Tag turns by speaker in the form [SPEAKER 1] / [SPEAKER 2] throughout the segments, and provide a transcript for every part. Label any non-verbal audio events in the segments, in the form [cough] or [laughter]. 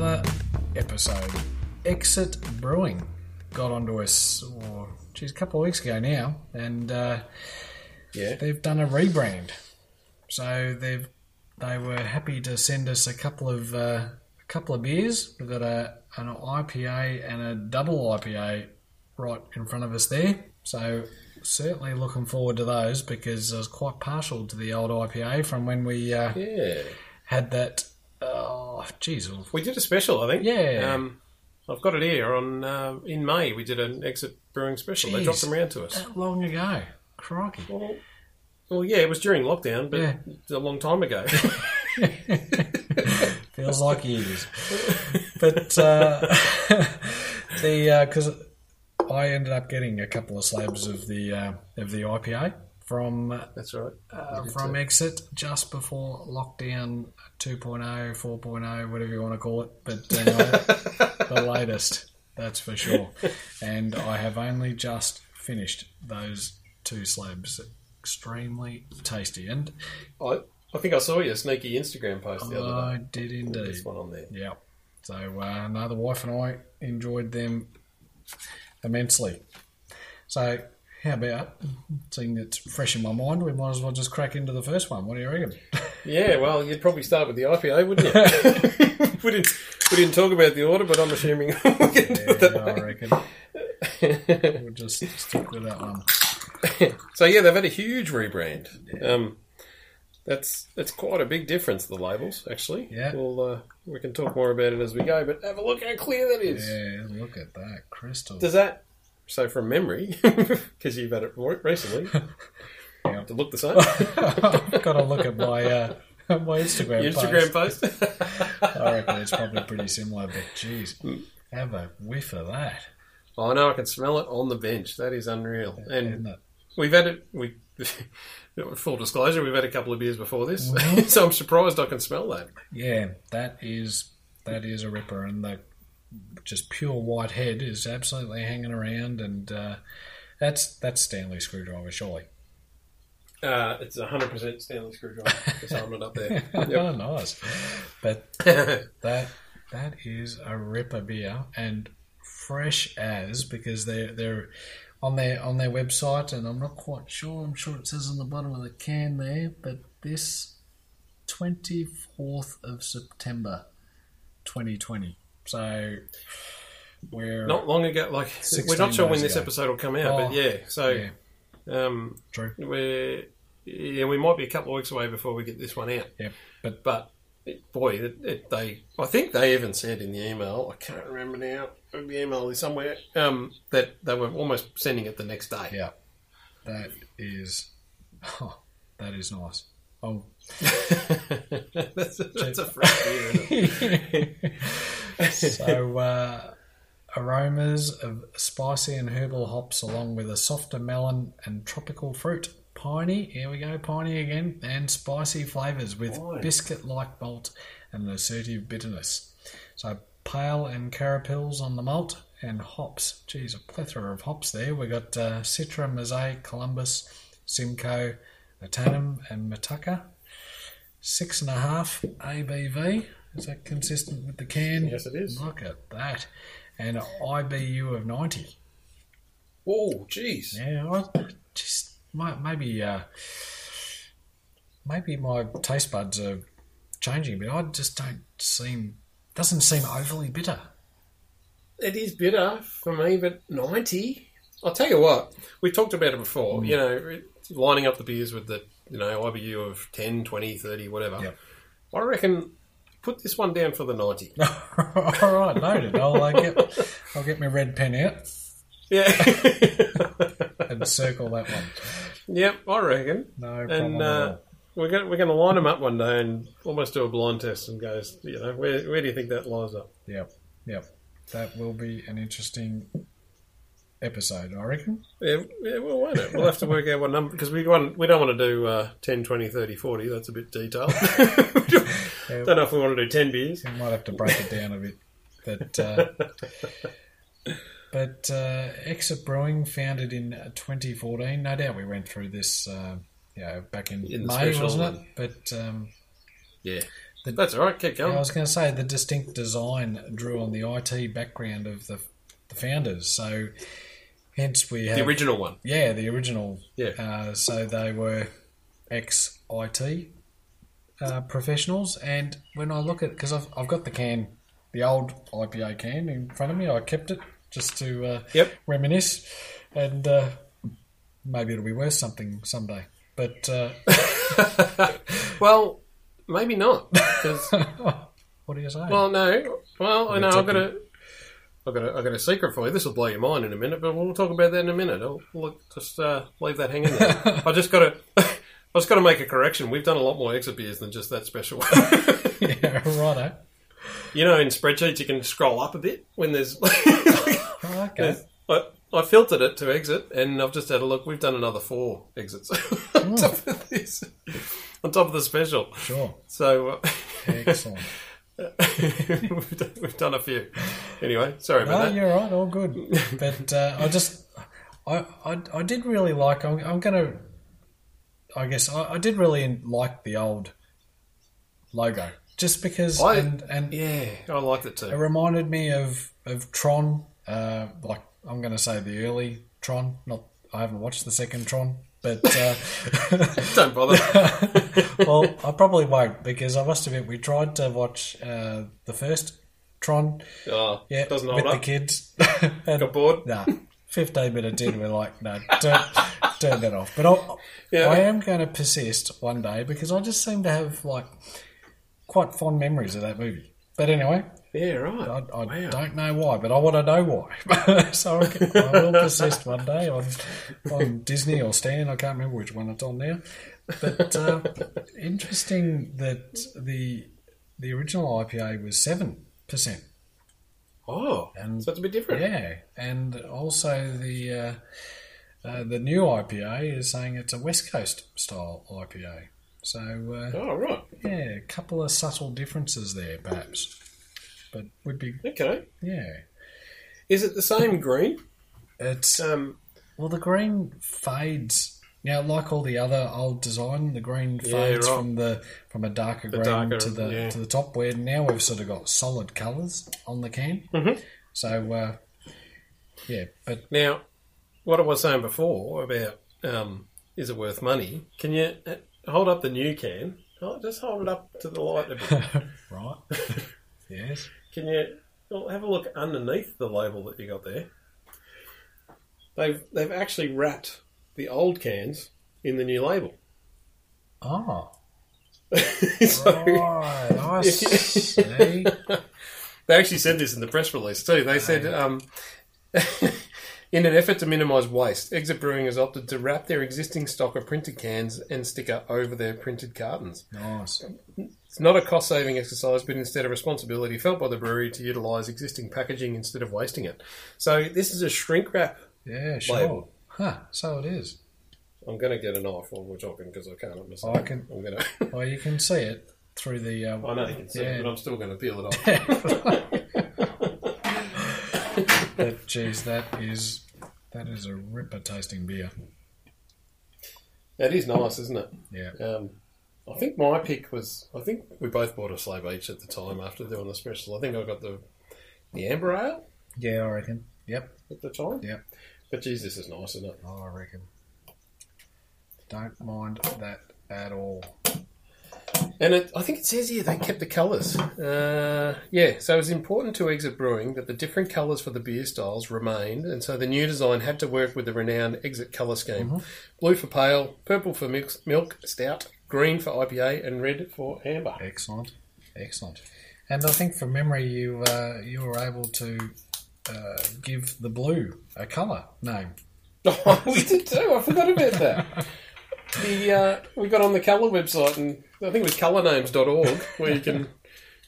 [SPEAKER 1] uh, episode, Exit Brewing got onto us, or geez, a couple of weeks ago now, and uh,
[SPEAKER 2] Yeah.
[SPEAKER 1] they've done a rebrand. So they've they were happy to send us a couple of uh, a couple of beers. We've got a an IPA and a double IPA right in front of us there. So certainly looking forward to those because I was quite partial to the old IPA from when we uh,
[SPEAKER 2] Yeah.
[SPEAKER 1] had that. Oh, geez, it was
[SPEAKER 2] We did a special, I think.
[SPEAKER 1] Yeah.
[SPEAKER 2] Um, I've got it here on uh, in May. We did an exit brewing special. They
[SPEAKER 1] Jeez. Uh,
[SPEAKER 2] dropped them around to us.
[SPEAKER 1] that long ago. Crikey.
[SPEAKER 2] Well, well, yeah, it was during lockdown, but
[SPEAKER 1] Yeah.
[SPEAKER 2] it's a long
[SPEAKER 1] [laughs]
[SPEAKER 2] time ago.
[SPEAKER 1] Feels
[SPEAKER 2] [laughs]
[SPEAKER 1] like years. But uh, [laughs] the because I ended up getting a couple of slabs of the uh, of the IPA from uh,
[SPEAKER 2] That's all right. You did
[SPEAKER 1] from
[SPEAKER 2] too.
[SPEAKER 1] Exit just before lockdown oh, 2.0, 4.0, whatever you want to call it. But anyway,
[SPEAKER 2] [laughs]
[SPEAKER 1] the latest, that's for sure. And I have only just finished those two slabs. Extremely tasty, and
[SPEAKER 2] I, I think I saw your sneaky Instagram post the other
[SPEAKER 1] I did
[SPEAKER 2] day.
[SPEAKER 1] indeed.
[SPEAKER 2] This one on there.
[SPEAKER 1] Oh, Yeah. So uh, no, the wife and I enjoyed them immensely. So how about, seeing it's fresh in my mind, we might as well just crack into the first one. What do you reckon?
[SPEAKER 2] Yeah, well, you'd probably start with the IPA, wouldn't
[SPEAKER 1] [laughs]
[SPEAKER 2] you? [laughs] we didn't we didn't talk about the order, but I'm assuming [laughs] we can do it that
[SPEAKER 1] I
[SPEAKER 2] way. [laughs]
[SPEAKER 1] reckon we'll just stick with that one.
[SPEAKER 2] so yeah, they've had a huge rebrand. Um, that's that's quite a big difference. The labels, actually.
[SPEAKER 1] Yeah.
[SPEAKER 2] We'll uh, we can talk more about it as we go. But have a look how clear that is.
[SPEAKER 1] Yeah, look at that crystal.
[SPEAKER 2] Does that? So from memory, [laughs] because you've had it re- recently,
[SPEAKER 1] [laughs] Yeah.
[SPEAKER 2] to look
[SPEAKER 1] [laughs]
[SPEAKER 2] the same.
[SPEAKER 1] [laughs] I've got to look at my uh, [laughs] my Instagram.
[SPEAKER 2] Your
[SPEAKER 1] post.
[SPEAKER 2] Instagram post. [laughs]
[SPEAKER 1] I reckon it's probably pretty similar, but geez, have a whiff of that,
[SPEAKER 2] oh no, I can smell it on the bench. That is unreal. And
[SPEAKER 1] isn't it?
[SPEAKER 2] We've had it. We [laughs] full disclosure, we've had a couple of beers before this,
[SPEAKER 1] Mm-hmm.
[SPEAKER 2] [laughs] so I'm surprised I can smell that.
[SPEAKER 1] Yeah, that is that is a ripper, and the just pure white head is absolutely hanging around, and uh, that's that's Stanley screwdriver, surely. [laughs]
[SPEAKER 2] Uh, it's 100 percent Stanley screwdriver. It's armoured up there.
[SPEAKER 1] [laughs] oh, nice. But
[SPEAKER 2] Yep.
[SPEAKER 1] that that is a ripper beer, and fresh as because they're they're on their on their website, and I'm not quite sure. I'm sure it says on the bottom of the can there, but this 24th of September, 2020. So. We're
[SPEAKER 2] [laughs] not long ago, like
[SPEAKER 1] 16
[SPEAKER 2] we're not sure when
[SPEAKER 1] days
[SPEAKER 2] this
[SPEAKER 1] ago.
[SPEAKER 2] episode will come out,
[SPEAKER 1] Oh,
[SPEAKER 2] but yeah. So
[SPEAKER 1] yeah,
[SPEAKER 2] um,
[SPEAKER 1] true.
[SPEAKER 2] we're yeah, we might be a couple of weeks away before we get this one out.
[SPEAKER 1] Yeah, but-
[SPEAKER 2] but boy, it, it, they I think they even said in the email I can't remember now the email is somewhere um, that they were almost sending it the next day.
[SPEAKER 1] Yeah, that is, [laughs] oh, that is nice. Oh,
[SPEAKER 2] [laughs] that's, a, that's a fresh beer. Isn't it?
[SPEAKER 1] [laughs] so uh, aromas of spicy and herbal hops, along with a softer melon and tropical fruit, piney. Here we go, piney again, and spicy flavors with
[SPEAKER 2] Pine.
[SPEAKER 1] biscuit-like malt and an assertive bitterness. So pale and carapils on the malt. And hops, geez, a plethora of hops there. We got uh, Citra, Mosaic, Columbus, Simcoe, Atanum, and Matuka. Six and a half ABV. Is that consistent with the can?
[SPEAKER 2] Yes, it is.
[SPEAKER 1] Look at that. And an IBU of 90.
[SPEAKER 2] Oh, jeez.
[SPEAKER 1] Yeah, I just my, maybe uh, maybe my taste buds are changing, but I just don't seem doesn't seem overly bitter. [laughs]
[SPEAKER 2] It is bitter for me, but 90? I'll tell you what, we talked about it before,
[SPEAKER 1] Mm.
[SPEAKER 2] you know, lining up the beers with the, you know, IBU of 10, 20, 30, whatever.
[SPEAKER 1] Yep.
[SPEAKER 2] I reckon put this one down for
[SPEAKER 1] [laughs]
[SPEAKER 2] the 90.
[SPEAKER 1] All right, noted. I'll uh, get I'll get my red pen out
[SPEAKER 2] Yeah.
[SPEAKER 1] and circle that one.
[SPEAKER 2] [laughs] yep, I reckon.
[SPEAKER 1] No problem.
[SPEAKER 2] And
[SPEAKER 1] at all.
[SPEAKER 2] uh, we're going we're gonna line them up one day and almost do a blind test and goes, you know, where, where do you think that lines up?
[SPEAKER 1] Yep, yep. That will be an interesting episode, I reckon.
[SPEAKER 2] Yeah, yeah well, won't it? We'll have to work out what number because we want we don't want to do uh, 10, 20, 30, 40. That's a bit detailed. [laughs] don't know if we want to do ten beers.
[SPEAKER 1] We might have to break it down a bit, but uh,
[SPEAKER 2] [laughs]
[SPEAKER 1] but uh, Exit Brewing, founded in 2014. No doubt we went through this, uh, you know, back in,
[SPEAKER 2] In the
[SPEAKER 1] May,
[SPEAKER 2] special
[SPEAKER 1] wasn't
[SPEAKER 2] one.
[SPEAKER 1] it? But um,
[SPEAKER 2] Yeah,
[SPEAKER 1] The-
[SPEAKER 2] That's all right. Keep
[SPEAKER 1] Yeah, I
[SPEAKER 2] going.
[SPEAKER 1] was going to say the distinct design drew on the IT background of the, the founders. So, hence we have
[SPEAKER 2] The original one.
[SPEAKER 1] yeah the original
[SPEAKER 2] Yeah.
[SPEAKER 1] Uh, so they were ex IT uh, professionals, and when I look at because I've I've got the can, the old IPA can in front of me. I kept it just to uh,
[SPEAKER 2] Yep.
[SPEAKER 1] reminisce, and uh, maybe it'll be worth something someday. But uh,
[SPEAKER 2] [laughs] Well, maybe not.
[SPEAKER 1] [laughs]
[SPEAKER 2] 'cause-
[SPEAKER 1] what do you say?
[SPEAKER 2] well, no. Well, I know. I've got a.
[SPEAKER 1] talking-
[SPEAKER 2] I've got a, I've got a secret for you. This will blow your mind in a minute, but we'll talk about that in a minute. I'll, look, just uh, leave that hanging
[SPEAKER 1] [laughs]
[SPEAKER 2] there. I just got to, [laughs] I just got to make a correction. We've done a lot more exit beers than just that special one.
[SPEAKER 1] [laughs] yeah, [laughs] righto.
[SPEAKER 2] You know, in spreadsheets, you can scroll up a bit when there's. [laughs]
[SPEAKER 1] Oh, okay.
[SPEAKER 2] There's- I, I filtered it to exit, and I've just had a look. We've done another four exits [laughs]
[SPEAKER 1] Hmm.
[SPEAKER 2] on top of this, on top of the special.
[SPEAKER 1] Sure.
[SPEAKER 2] So uh,
[SPEAKER 1] Excellent.
[SPEAKER 2] [laughs] we've, done, we've done a few. Anyway, sorry
[SPEAKER 1] No,
[SPEAKER 2] about that.
[SPEAKER 1] you're right. All good.
[SPEAKER 2] [laughs]
[SPEAKER 1] But uh, I just, I, I, I did really like. I'm, I'm gonna. I guess I, I did really like the old logo, just because,
[SPEAKER 2] I-
[SPEAKER 1] and and
[SPEAKER 2] Yeah, I liked it
[SPEAKER 1] it
[SPEAKER 2] too.
[SPEAKER 1] reminded me of of Tron. Uh, like I'm gonna say the early Tron. Not I haven't watched the second Tron, but. Uh, [laughs]
[SPEAKER 2] Don't bother.
[SPEAKER 1] well, I probably won't because I must admit we tried to watch uh, the first Tron.
[SPEAKER 2] oh,
[SPEAKER 1] Yeah,
[SPEAKER 2] doesn't
[SPEAKER 1] with
[SPEAKER 2] hold
[SPEAKER 1] the
[SPEAKER 2] up. [laughs]
[SPEAKER 1] kids.
[SPEAKER 2] Got bored.
[SPEAKER 1] Nah, 15 minutes in, we're like, no, turn, turn that off. But I'll,
[SPEAKER 2] Yeah.
[SPEAKER 1] I am going to persist one day because I just seem to have like quite fond memories of that movie. But anyway,
[SPEAKER 2] Yeah, right.
[SPEAKER 1] I, I
[SPEAKER 2] Wow.
[SPEAKER 1] don't know why, but I want to know why. [laughs] so I, can- I will persist one day on, on Disney or Stan. I can't remember which one it's on now. But uh, interesting that the the original IPA was seven percent.
[SPEAKER 2] Oh,
[SPEAKER 1] And-
[SPEAKER 2] so it's a bit different.
[SPEAKER 1] Yeah, and also the uh, uh, the new IPA is saying it's a West Coast style IPA. So uh,
[SPEAKER 2] Oh, right.
[SPEAKER 1] yeah, a couple of subtle differences there, perhaps. But would be
[SPEAKER 2] Okay.
[SPEAKER 1] yeah.
[SPEAKER 2] Is it the same green?
[SPEAKER 1] It's uh,
[SPEAKER 2] Um,
[SPEAKER 1] well, the green fades now, like all the other old design. The green
[SPEAKER 2] Yeah,
[SPEAKER 1] fades
[SPEAKER 2] right.
[SPEAKER 1] from the from a darker green
[SPEAKER 2] darker,
[SPEAKER 1] to the
[SPEAKER 2] yeah.
[SPEAKER 1] to the top. Where now we've sort of got solid colours on the can.
[SPEAKER 2] Mhm.
[SPEAKER 1] So uh, yeah, but
[SPEAKER 2] Now, what I was saying before about um, is it worth money? Can you uh, hold up the new can? Oh, just hold it up to the light a bit.
[SPEAKER 1] [laughs] right. yes.
[SPEAKER 2] Can you well, have a look underneath the label that you got there? They've they've actually wrapped the old cans in the new label. [laughs]
[SPEAKER 1] Oh,
[SPEAKER 2] so
[SPEAKER 1] right. I
[SPEAKER 2] [laughs]
[SPEAKER 1] see.
[SPEAKER 2] they actually said this in the press release too. They said. Um, [laughs] In an effort to minimise waste, Exit Brewing has opted to wrap their existing stock of printed cans and sticker over their printed cartons.
[SPEAKER 1] Nice.
[SPEAKER 2] It's not a cost saving exercise, but instead a responsibility felt by the brewery to utilise existing packaging instead of wasting it. So, this is a shrink wrap.
[SPEAKER 1] Yeah, sure.
[SPEAKER 2] Label.
[SPEAKER 1] Huh, so it is.
[SPEAKER 2] I'm going to get a knife while we're talking because I can't. I'm
[SPEAKER 1] I can-
[SPEAKER 2] I'm going to.
[SPEAKER 1] Well, you can see it through the. Uh,
[SPEAKER 2] [laughs] I know you can see
[SPEAKER 1] yeah.
[SPEAKER 2] it, but I'm still going to peel it off.
[SPEAKER 1] But geez, that is that is a ripper tasting beer.
[SPEAKER 2] [laughs] that is nice, isn't it?
[SPEAKER 1] Yeah.
[SPEAKER 2] Um, I think my pick was. I think we both bought a Slave H at the time after doing the special. I think I got the the Amber Ale
[SPEAKER 1] Yeah, I reckon. Yep.
[SPEAKER 2] at the time.
[SPEAKER 1] Yeah.
[SPEAKER 2] But geez, this is nice, isn't it?
[SPEAKER 1] I reckon. Don't mind that at all.
[SPEAKER 2] And it, I think it says here they kept the colours. Uh, yeah, so it was important to Exit Brewing that the different colours for the beer styles remained, and so the new design had to work with the renowned Exit colour scheme. Blue for pale, purple for milk, milk stout, green for IPA, and red for amber.
[SPEAKER 1] Excellent. Excellent. And I think from memory, you uh, you were able to uh, give the blue a colour name.
[SPEAKER 2] [laughs] Oh, we did too, I forgot about that. The, uh, we got on the colour website, and I think it was colournames.org, where you can.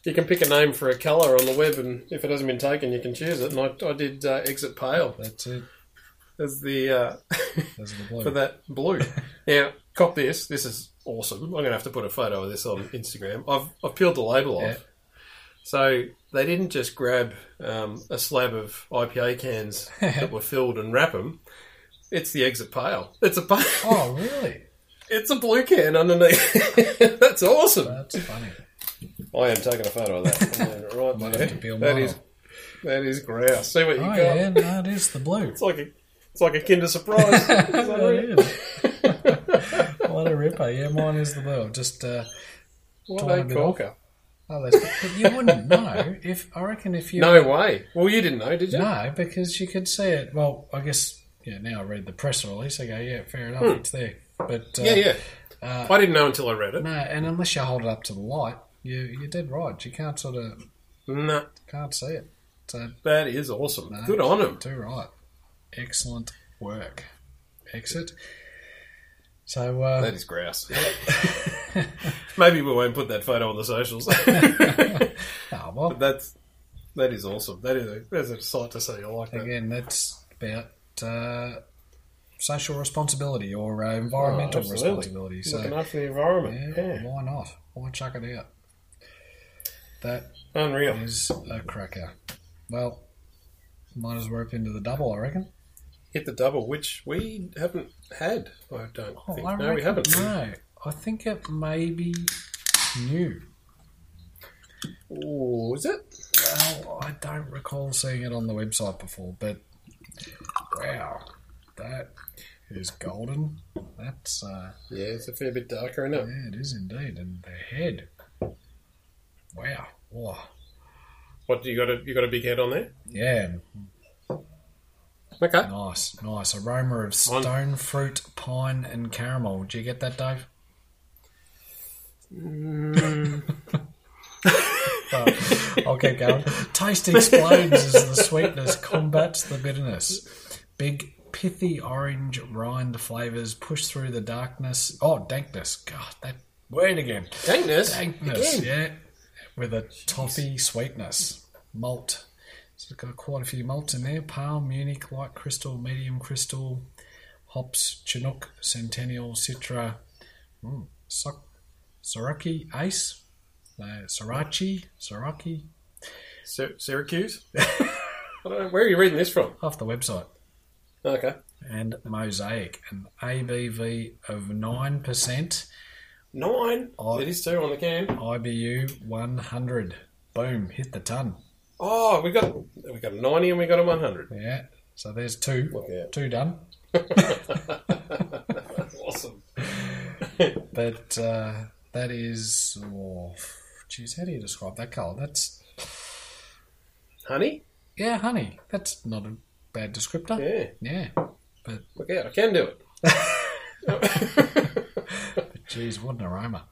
[SPEAKER 2] You can pick a name for a colour on the web, and if it hasn't been taken, you can choose it. And I, I did uh, Exit Pale
[SPEAKER 1] That's it.
[SPEAKER 2] as the uh, [laughs]
[SPEAKER 1] That's the blue.
[SPEAKER 2] for that
[SPEAKER 1] [laughs]
[SPEAKER 2] blue. now, cop this. This is awesome. I'm going to have to put a photo of this on Instagram. I've, I've peeled the label off.
[SPEAKER 1] Yeah.
[SPEAKER 2] So they didn't just grab um, a slab of IPA
[SPEAKER 1] [laughs]
[SPEAKER 2] cans that were filled and wrap them. It's the exit pail. It's a pail. [laughs]
[SPEAKER 1] Oh, really?
[SPEAKER 2] It's a blue can underneath. [laughs] That's awesome.
[SPEAKER 1] That's funny.
[SPEAKER 2] I am taking a photo of that. I'm doing it
[SPEAKER 1] [laughs]
[SPEAKER 2] right
[SPEAKER 1] Might
[SPEAKER 2] there.
[SPEAKER 1] have to be a
[SPEAKER 2] that
[SPEAKER 1] model.
[SPEAKER 2] is that is grouse. See what you
[SPEAKER 1] Oh
[SPEAKER 2] got.
[SPEAKER 1] yeah, no, it is the blue.
[SPEAKER 2] It's like a it's like a Kinder
[SPEAKER 1] [laughs]
[SPEAKER 2] Surprise. Is that right?
[SPEAKER 1] It is. [laughs] what a ripper! Yeah, mine is the blue. Just uh,
[SPEAKER 2] What
[SPEAKER 1] Torn a
[SPEAKER 2] a
[SPEAKER 1] bit off.
[SPEAKER 2] corker!
[SPEAKER 1] oh, that's, but you wouldn't know if I reckon if you
[SPEAKER 2] No way. Well, you didn't know, did you?
[SPEAKER 1] No, because you could see it. Well, I guess yeah. Now I read the press release. I go, yeah, fair enough, it's there. But uh,
[SPEAKER 2] Hmm. Yeah, yeah.
[SPEAKER 1] uh,
[SPEAKER 2] I didn't know until I read it.
[SPEAKER 1] no, and unless you hold it up to the light, you you're dead right. You can't sort of
[SPEAKER 2] No,
[SPEAKER 1] can't see it. So
[SPEAKER 2] Mm, that is awesome.
[SPEAKER 1] No.
[SPEAKER 2] Good on him.
[SPEAKER 1] do right. Excellent work. Exit. So uh,
[SPEAKER 2] That
[SPEAKER 1] [laughs]
[SPEAKER 2] is grouse. [laughs] Maybe we won't put that photo on
[SPEAKER 1] [laughs]
[SPEAKER 2] the socials.
[SPEAKER 1] ah, well,
[SPEAKER 2] But that's that is awesome. That is a, that's a sight to see. I like that.
[SPEAKER 1] again, that's about uh, social responsibility or uh, environmental
[SPEAKER 2] Oh, absolutely.
[SPEAKER 1] responsibility. So
[SPEAKER 2] Looking after the environment.
[SPEAKER 1] yeah,
[SPEAKER 2] yeah.
[SPEAKER 1] why not? Why chuck it out? That
[SPEAKER 2] unreal.
[SPEAKER 1] is a cracker. Well, might as well rip into the double, I reckon.
[SPEAKER 2] Hit the double, which we haven't had. I don't
[SPEAKER 1] Oh,
[SPEAKER 2] think.
[SPEAKER 1] I
[SPEAKER 2] no,
[SPEAKER 1] reckon,
[SPEAKER 2] we haven't.
[SPEAKER 1] No, I think it may be new.
[SPEAKER 2] Oh, is it?
[SPEAKER 1] Well, I don't recall seeing it on the website before, but wow, that is golden. That's uh,
[SPEAKER 2] Yeah, it's a fair bit darker, isn't
[SPEAKER 1] yeah,
[SPEAKER 2] it?
[SPEAKER 1] it is indeed, and the head. Wow, wow,
[SPEAKER 2] What do you got? A, you got a big head on there.
[SPEAKER 1] yeah,
[SPEAKER 2] Okay.
[SPEAKER 1] nice, nice aroma of
[SPEAKER 2] Mine-
[SPEAKER 1] stone fruit, pine, and caramel. Did you get that, Dave? [laughs] okay, Gavin. Taste explodes as the sweetness combats the bitterness. Big, pithy orange rind flavors push through the darkness. Oh, dankness. God, that word again.
[SPEAKER 2] Dankness.
[SPEAKER 1] Dankness,
[SPEAKER 2] Again.
[SPEAKER 1] yeah. With a toffee sweetness. Malt. So it's got quite a few malts in there. Palm, Munich, light crystal, medium crystal, hops, Chinook, Centennial, Citra, mm, Soc- Soraki, Ace, uh, Sirachi, Soraki,
[SPEAKER 2] Sy- Syracuse. [laughs] I don't know. Where are you reading this from?
[SPEAKER 1] off the website.
[SPEAKER 2] Okay.
[SPEAKER 1] And Mosaic, an ABV of 9%,
[SPEAKER 2] Nine.
[SPEAKER 1] Oh.
[SPEAKER 2] It is two on the can.
[SPEAKER 1] IBU 100. Boom, hit the ton.
[SPEAKER 2] Oh, we got we got a ninety and we got a one [laughs] hundred.
[SPEAKER 1] Yeah, so there's two.
[SPEAKER 2] Look out.
[SPEAKER 1] Two done.
[SPEAKER 2] Awesome.
[SPEAKER 1] But uh, that is. Oh, geez, how do you describe that colour? That's.
[SPEAKER 2] Honey.
[SPEAKER 1] Yeah, honey. That's not a bad descriptor.
[SPEAKER 2] Yeah.
[SPEAKER 1] Yeah.
[SPEAKER 2] Look out! I can do [laughs] it.
[SPEAKER 1] But geez, what an aroma.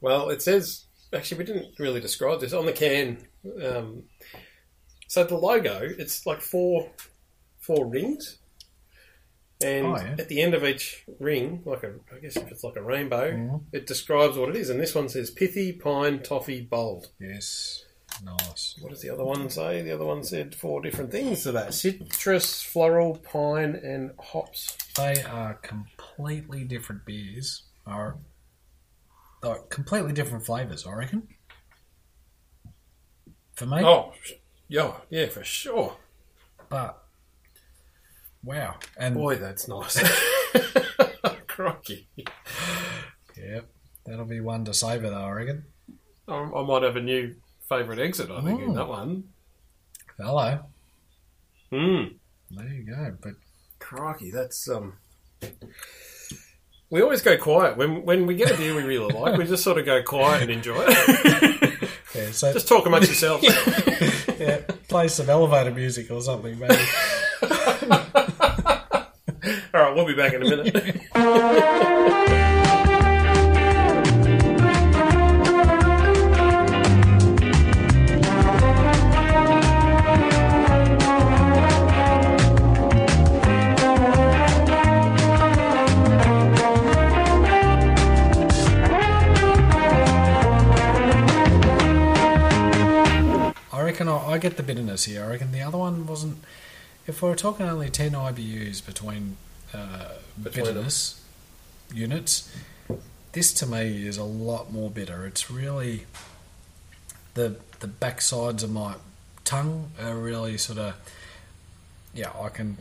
[SPEAKER 2] Well, it says actually we didn't really describe this on the can. Um, so the logo, it's like four four rings, and
[SPEAKER 1] Oh, yeah.
[SPEAKER 2] at the end of each ring, like a I guess if it's like a rainbow, it describes what it is. And this one says pithy, pine, toffee, bold.
[SPEAKER 1] Yes. Nice.
[SPEAKER 2] What does the other one say? The other one said four different things to that: citrus, floral, pine, and hops.
[SPEAKER 1] They are completely different beers. Are they completely different flavours, I reckon. For me.
[SPEAKER 2] Oh, yeah, yeah, for sure.
[SPEAKER 1] But wow. And
[SPEAKER 2] Boy, that's nice. [laughs] Crikey.
[SPEAKER 1] yep. That'll be one to savour though, I reckon.
[SPEAKER 2] I, I might have a new favourite exit. I think in
[SPEAKER 1] Ooh.
[SPEAKER 2] that one.
[SPEAKER 1] Hello.
[SPEAKER 2] Mm.
[SPEAKER 1] There you go. But
[SPEAKER 2] Crikey, that's um. We always go quiet when when we get a beer we [laughs] really like. We just sort of go quiet and enjoy it. [laughs]
[SPEAKER 1] yeah, so
[SPEAKER 2] just talk amongst [laughs] yourselves.
[SPEAKER 1] yeah, play some elevator music or something, maybe.
[SPEAKER 2] All right, we'll be back in a minute. [laughs]
[SPEAKER 1] I reckon I, I get the bitterness here. I reckon the other one wasn't. If we were talking only 10 IBUs between, uh,
[SPEAKER 2] Between them.
[SPEAKER 1] bitterness units, this to me is a lot more bitter. It's really. The, the back sides of my tongue are really sort of. Yeah, I can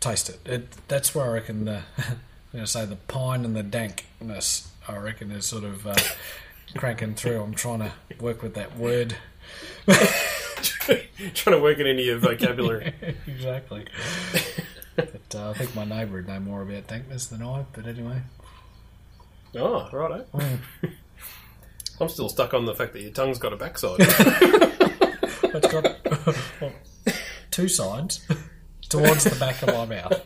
[SPEAKER 1] taste it. it that's where I [laughs] reckon the. I'm going to say the pine and the dankness, I reckon, is sort of. Uh, cranking through. I'm trying to work with that word.
[SPEAKER 2] Trying to work it into your [laughs] vocabulary.
[SPEAKER 1] [laughs] exactly. but uh, I think my neighbour would know more about dankness than I. But anyway,
[SPEAKER 2] Oh, righto. [laughs] I'm still stuck on the fact that your tongue's got a backside. [laughs]
[SPEAKER 1] it's got [laughs] well, two sides towards the back of my mouth.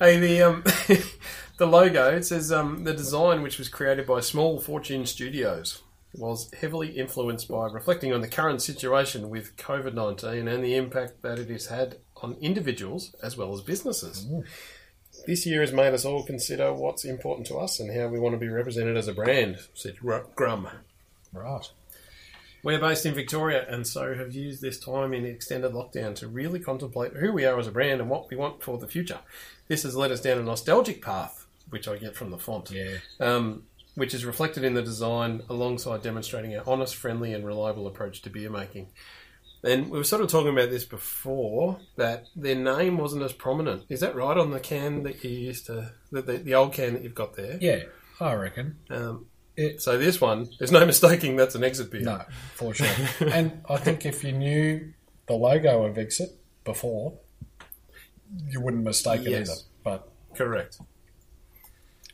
[SPEAKER 2] hey, the um, [laughs] the logo it says um, the design, which was created by Small Fortune Studios, was heavily influenced by reflecting on the current situation with COVID nineteen and the impact that it has had on individuals as well as businesses. This year has made us all consider what's important to us and how we want to be represented as a brand," said Gr- Grum.
[SPEAKER 1] Right.
[SPEAKER 2] We're based in Victoria and so have used this time in extended lockdown to really contemplate who we are as a brand and what we want for the future. This has led us down a nostalgic path, which I get from the font,
[SPEAKER 1] Yeah.
[SPEAKER 2] um, which is reflected in the design alongside demonstrating our honest, friendly, and reliable approach to beer making. And we were sort of talking about this before that their name wasn't as prominent. Is that right on the can that you used to, the, the, the old can that you've got there?
[SPEAKER 1] Yeah. I reckon.
[SPEAKER 2] Um,
[SPEAKER 1] It-
[SPEAKER 2] so this one, there's no [laughs] mistaking that's an exit beer.
[SPEAKER 1] No, for sure. and I think if you knew the logo of Exit before, you wouldn't mistake it
[SPEAKER 2] Yes.
[SPEAKER 1] either. But
[SPEAKER 2] Correct.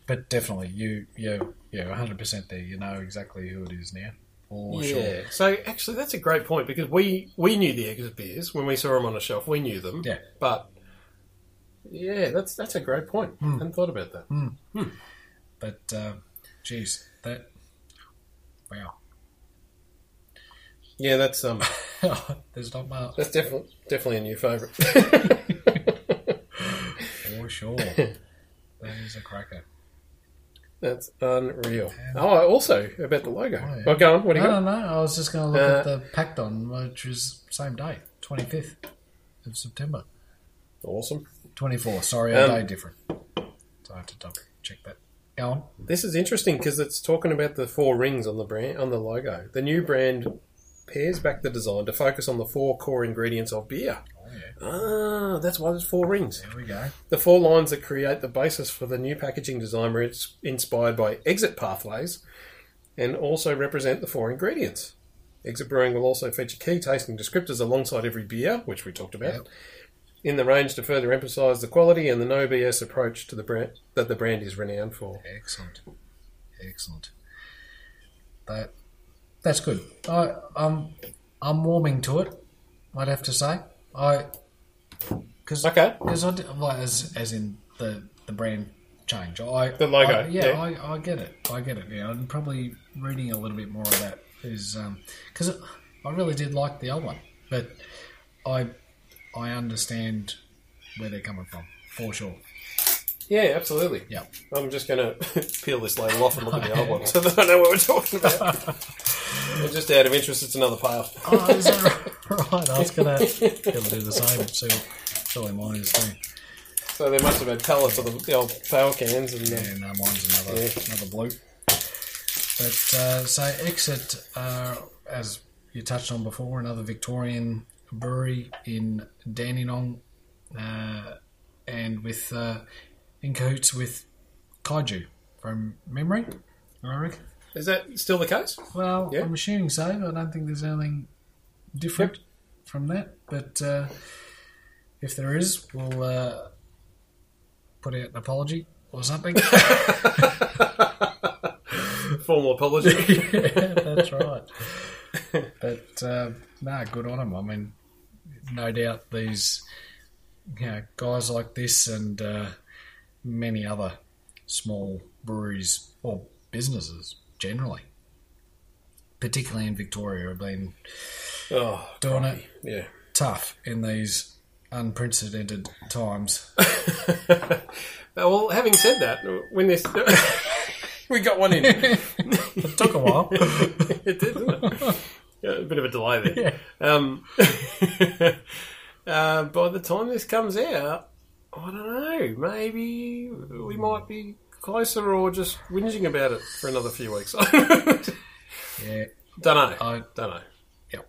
[SPEAKER 1] but definitely, you you you're 100 percent there. You know exactly who it is now. For sure.
[SPEAKER 2] Yeah. So actually, that's a great point because we we knew the exit beers when we saw them on a shelf. We knew them.
[SPEAKER 1] Yeah.
[SPEAKER 2] But yeah, that's that's a great point.
[SPEAKER 1] Hmm.
[SPEAKER 2] Hadn't thought about that.
[SPEAKER 1] But uh, geez, that wow.
[SPEAKER 2] Yeah, that's um,
[SPEAKER 1] [laughs] There's not much
[SPEAKER 2] [laughs] that's definitely definitely a new
[SPEAKER 1] [laughs]
[SPEAKER 2] favourite.
[SPEAKER 1] for
[SPEAKER 2] [laughs]
[SPEAKER 1] sure. that is a cracker.
[SPEAKER 2] that's unreal. Oh, also about the logo.
[SPEAKER 1] Oh, yeah.
[SPEAKER 2] Well, go on. What do you
[SPEAKER 1] No, no,
[SPEAKER 2] got?
[SPEAKER 1] no. I was just going to look at
[SPEAKER 2] Uh,
[SPEAKER 1] the Pacton, which is same day, 25th of September. Ah.
[SPEAKER 2] Awesome.
[SPEAKER 1] 24. Sorry, a
[SPEAKER 2] Um,
[SPEAKER 1] day different. So I have to double check that. Go on.
[SPEAKER 2] This is interesting because it's talking about the four rings on the brand on the logo. The new brand pairs back the design to focus on the four core ingredients of beer.
[SPEAKER 1] Oh, yeah.
[SPEAKER 2] Ah, that's why there's four rings.
[SPEAKER 1] There we go.
[SPEAKER 2] The four lines that create the basis for the new packaging design were ins- inspired by exit pathways and also represent the four ingredients. Exit Brewing will also feature key tasting descriptors alongside every beer, which we talked about,
[SPEAKER 1] Yep.
[SPEAKER 2] in the range to further emphasise the quality and the no BS approach to the brand that the brand is renowned for.
[SPEAKER 1] Excellent. Excellent. That that's good. I I'm I'm warming to it. I'd have to say. I because
[SPEAKER 2] Okay.
[SPEAKER 1] Because I d- well, as as in the the brand change. I
[SPEAKER 2] The logo,
[SPEAKER 1] I- yeah,
[SPEAKER 2] yeah.
[SPEAKER 1] I, I get it. I get it. Yeah, and probably reading a little bit more of that is because I really did like the old one, but I I understand where they're coming from for sure.
[SPEAKER 2] Yeah, absolutely.
[SPEAKER 1] Yeah.
[SPEAKER 2] I'm just going to [laughs] peel this label off and look at the old one [laughs] so that I know what we're talking about. And just out of interest, it's another path.
[SPEAKER 1] Oh, is that right? [laughs] right? I was gonna, gonna do the same. See, surely mine is too.
[SPEAKER 2] So they must have had colour for the, the old power cans and uh,
[SPEAKER 1] And uh, mine's another
[SPEAKER 2] Yeah.
[SPEAKER 1] another blue. But uh, so Exit, uh, as you touched on before, another Victorian brewery in Dandenong, uh, and with uh, in cahoots with Kaiju from memory, I reckon.
[SPEAKER 2] Is that still the case?
[SPEAKER 1] Well,
[SPEAKER 2] Yeah.
[SPEAKER 1] I'm assuming so. I don't think there's anything different from that. But uh, if there is, we'll uh, put out an apology or something.
[SPEAKER 2] Formal [laughs] apology.
[SPEAKER 1] yeah, that's [laughs] right. But uh, nah, good on them. I mean, no doubt these you know, guys like this and uh, many other small breweries or businesses generally, particularly in Victoria, have been
[SPEAKER 2] oh,
[SPEAKER 1] doing it
[SPEAKER 2] yeah.
[SPEAKER 1] tough in these unprecedented times.
[SPEAKER 2] Uh, Well, having said that, when this. [laughs] we got one [laughs] in.
[SPEAKER 1] [laughs] It took a while.
[SPEAKER 2] it did, didn't it? [laughs] Yeah, a bit of a delay there. Um, [laughs] uh, by the time this comes out, I don't know. Maybe we might be closer or just whinging about it for another few weeks. [laughs] don't
[SPEAKER 1] yeah,
[SPEAKER 2] know.
[SPEAKER 1] I-
[SPEAKER 2] don't know.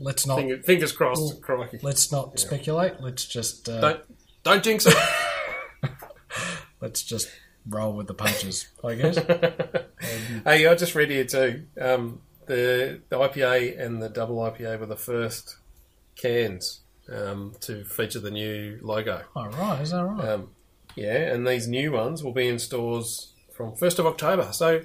[SPEAKER 1] let's not
[SPEAKER 2] Finger- Fingers crossed. Crikey.
[SPEAKER 1] let's not speculate. Let's just uh,
[SPEAKER 2] Don't, don't jinx it.
[SPEAKER 1] let's just roll with the punches, I guess.
[SPEAKER 2] hey, I just read here too. Um, the the IPA and the double IPA were the first cans um, to feature the new logo.
[SPEAKER 1] All right, is that right?
[SPEAKER 2] Um, yeah, and these new ones will be in stores from first of October. So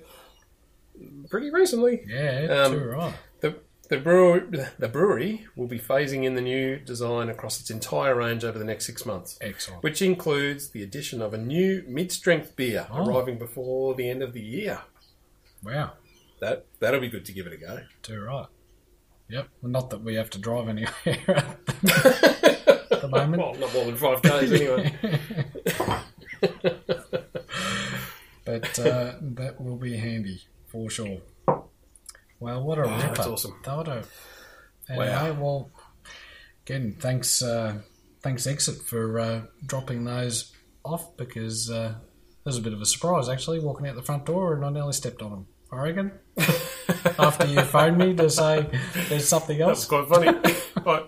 [SPEAKER 2] pretty recently,
[SPEAKER 1] yeah,
[SPEAKER 2] um,
[SPEAKER 1] too right.
[SPEAKER 2] the the brewer the brewery [laughs] will be phasing in the new design across its entire range over the next six months.
[SPEAKER 1] Excellent.
[SPEAKER 2] Which includes the addition of a new mid-strength beer
[SPEAKER 1] Oh.
[SPEAKER 2] arriving before the end of the year.
[SPEAKER 1] Wow,
[SPEAKER 2] That that'll be good to give it a go.
[SPEAKER 1] too right. Yep. Well, not that we have to drive anywhere [laughs] at the moment.
[SPEAKER 2] Well, not more than five days anyway.
[SPEAKER 1] but uh, that will be handy for sure. Well, what a ripper!
[SPEAKER 2] that's awesome.
[SPEAKER 1] That'll do. Anyway,
[SPEAKER 2] Wow.
[SPEAKER 1] well, again, thanks, uh, thanks Exit for uh, dropping those off because uh, it was a bit of a surprise actually walking out the front door and I nearly stepped on them. I reckon.
[SPEAKER 2] [laughs]
[SPEAKER 1] After you phoned me to say there's something
[SPEAKER 2] That's
[SPEAKER 1] else.
[SPEAKER 2] quite funny. [laughs] I,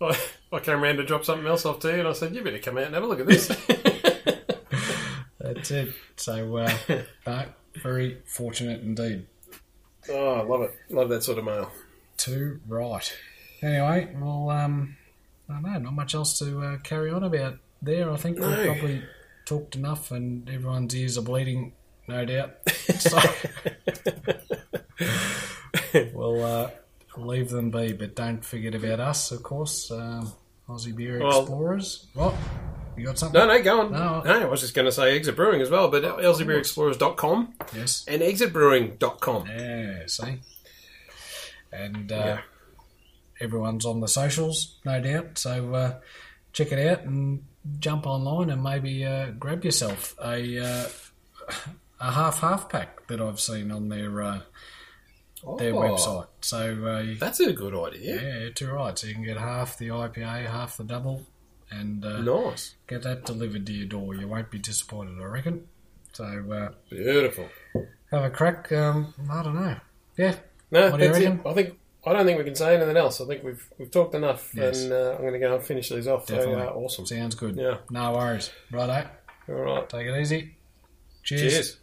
[SPEAKER 2] I, I came round to drop something else off to you, and I said, "You better come out and have a look at this."
[SPEAKER 1] That's it. So,
[SPEAKER 2] [laughs]
[SPEAKER 1] uh, no, very fortunate indeed.
[SPEAKER 2] [laughs] oh, I love it. Love that sort of mail.
[SPEAKER 1] Too right. Anyway, well, um, I don't know, not much else to uh, carry on about there. I think we've
[SPEAKER 2] No.
[SPEAKER 1] probably talked enough and everyone's ears are bleeding, no doubt.
[SPEAKER 2] [laughs]
[SPEAKER 1] So we'll uh, leave them be, but don't forget about us, of course, um, Aussie Beer
[SPEAKER 2] Well-
[SPEAKER 1] Explorers. What? You got something?
[SPEAKER 2] No, no, go on.
[SPEAKER 1] No.
[SPEAKER 2] No, I was just going to say Exit Brewing as well, but lzbeerexplorers.com
[SPEAKER 1] Yes.
[SPEAKER 2] and exitbrewing.com.
[SPEAKER 1] Yeah, see? And uh,
[SPEAKER 2] Yeah.
[SPEAKER 1] everyone's on the socials, no doubt. So uh, check it out and jump online and maybe uh, grab yourself a uh, a half half pack that I've seen on their uh, their
[SPEAKER 2] Oh,
[SPEAKER 1] website. So uh, you,
[SPEAKER 2] That's a good idea.
[SPEAKER 1] yeah, two right. So you can get half the IPA, half the double, and uh,
[SPEAKER 2] Nice.
[SPEAKER 1] get that delivered to your door. You won't be disappointed, I reckon. So uh,
[SPEAKER 2] Beautiful.
[SPEAKER 1] have a crack. Um, I don't know. Yeah,
[SPEAKER 2] No,
[SPEAKER 1] What do you
[SPEAKER 2] that's it.
[SPEAKER 1] reckon?
[SPEAKER 2] I think I don't think we can say anything else. I think we've we've talked enough,
[SPEAKER 1] Yes.
[SPEAKER 2] and uh, I'm going to go and finish these off.
[SPEAKER 1] Definitely.
[SPEAKER 2] So, uh, awesome.
[SPEAKER 1] sounds good.
[SPEAKER 2] Yeah.
[SPEAKER 1] No worries. Righto.
[SPEAKER 2] All right.
[SPEAKER 1] Take it easy. Cheers.
[SPEAKER 2] Cheers.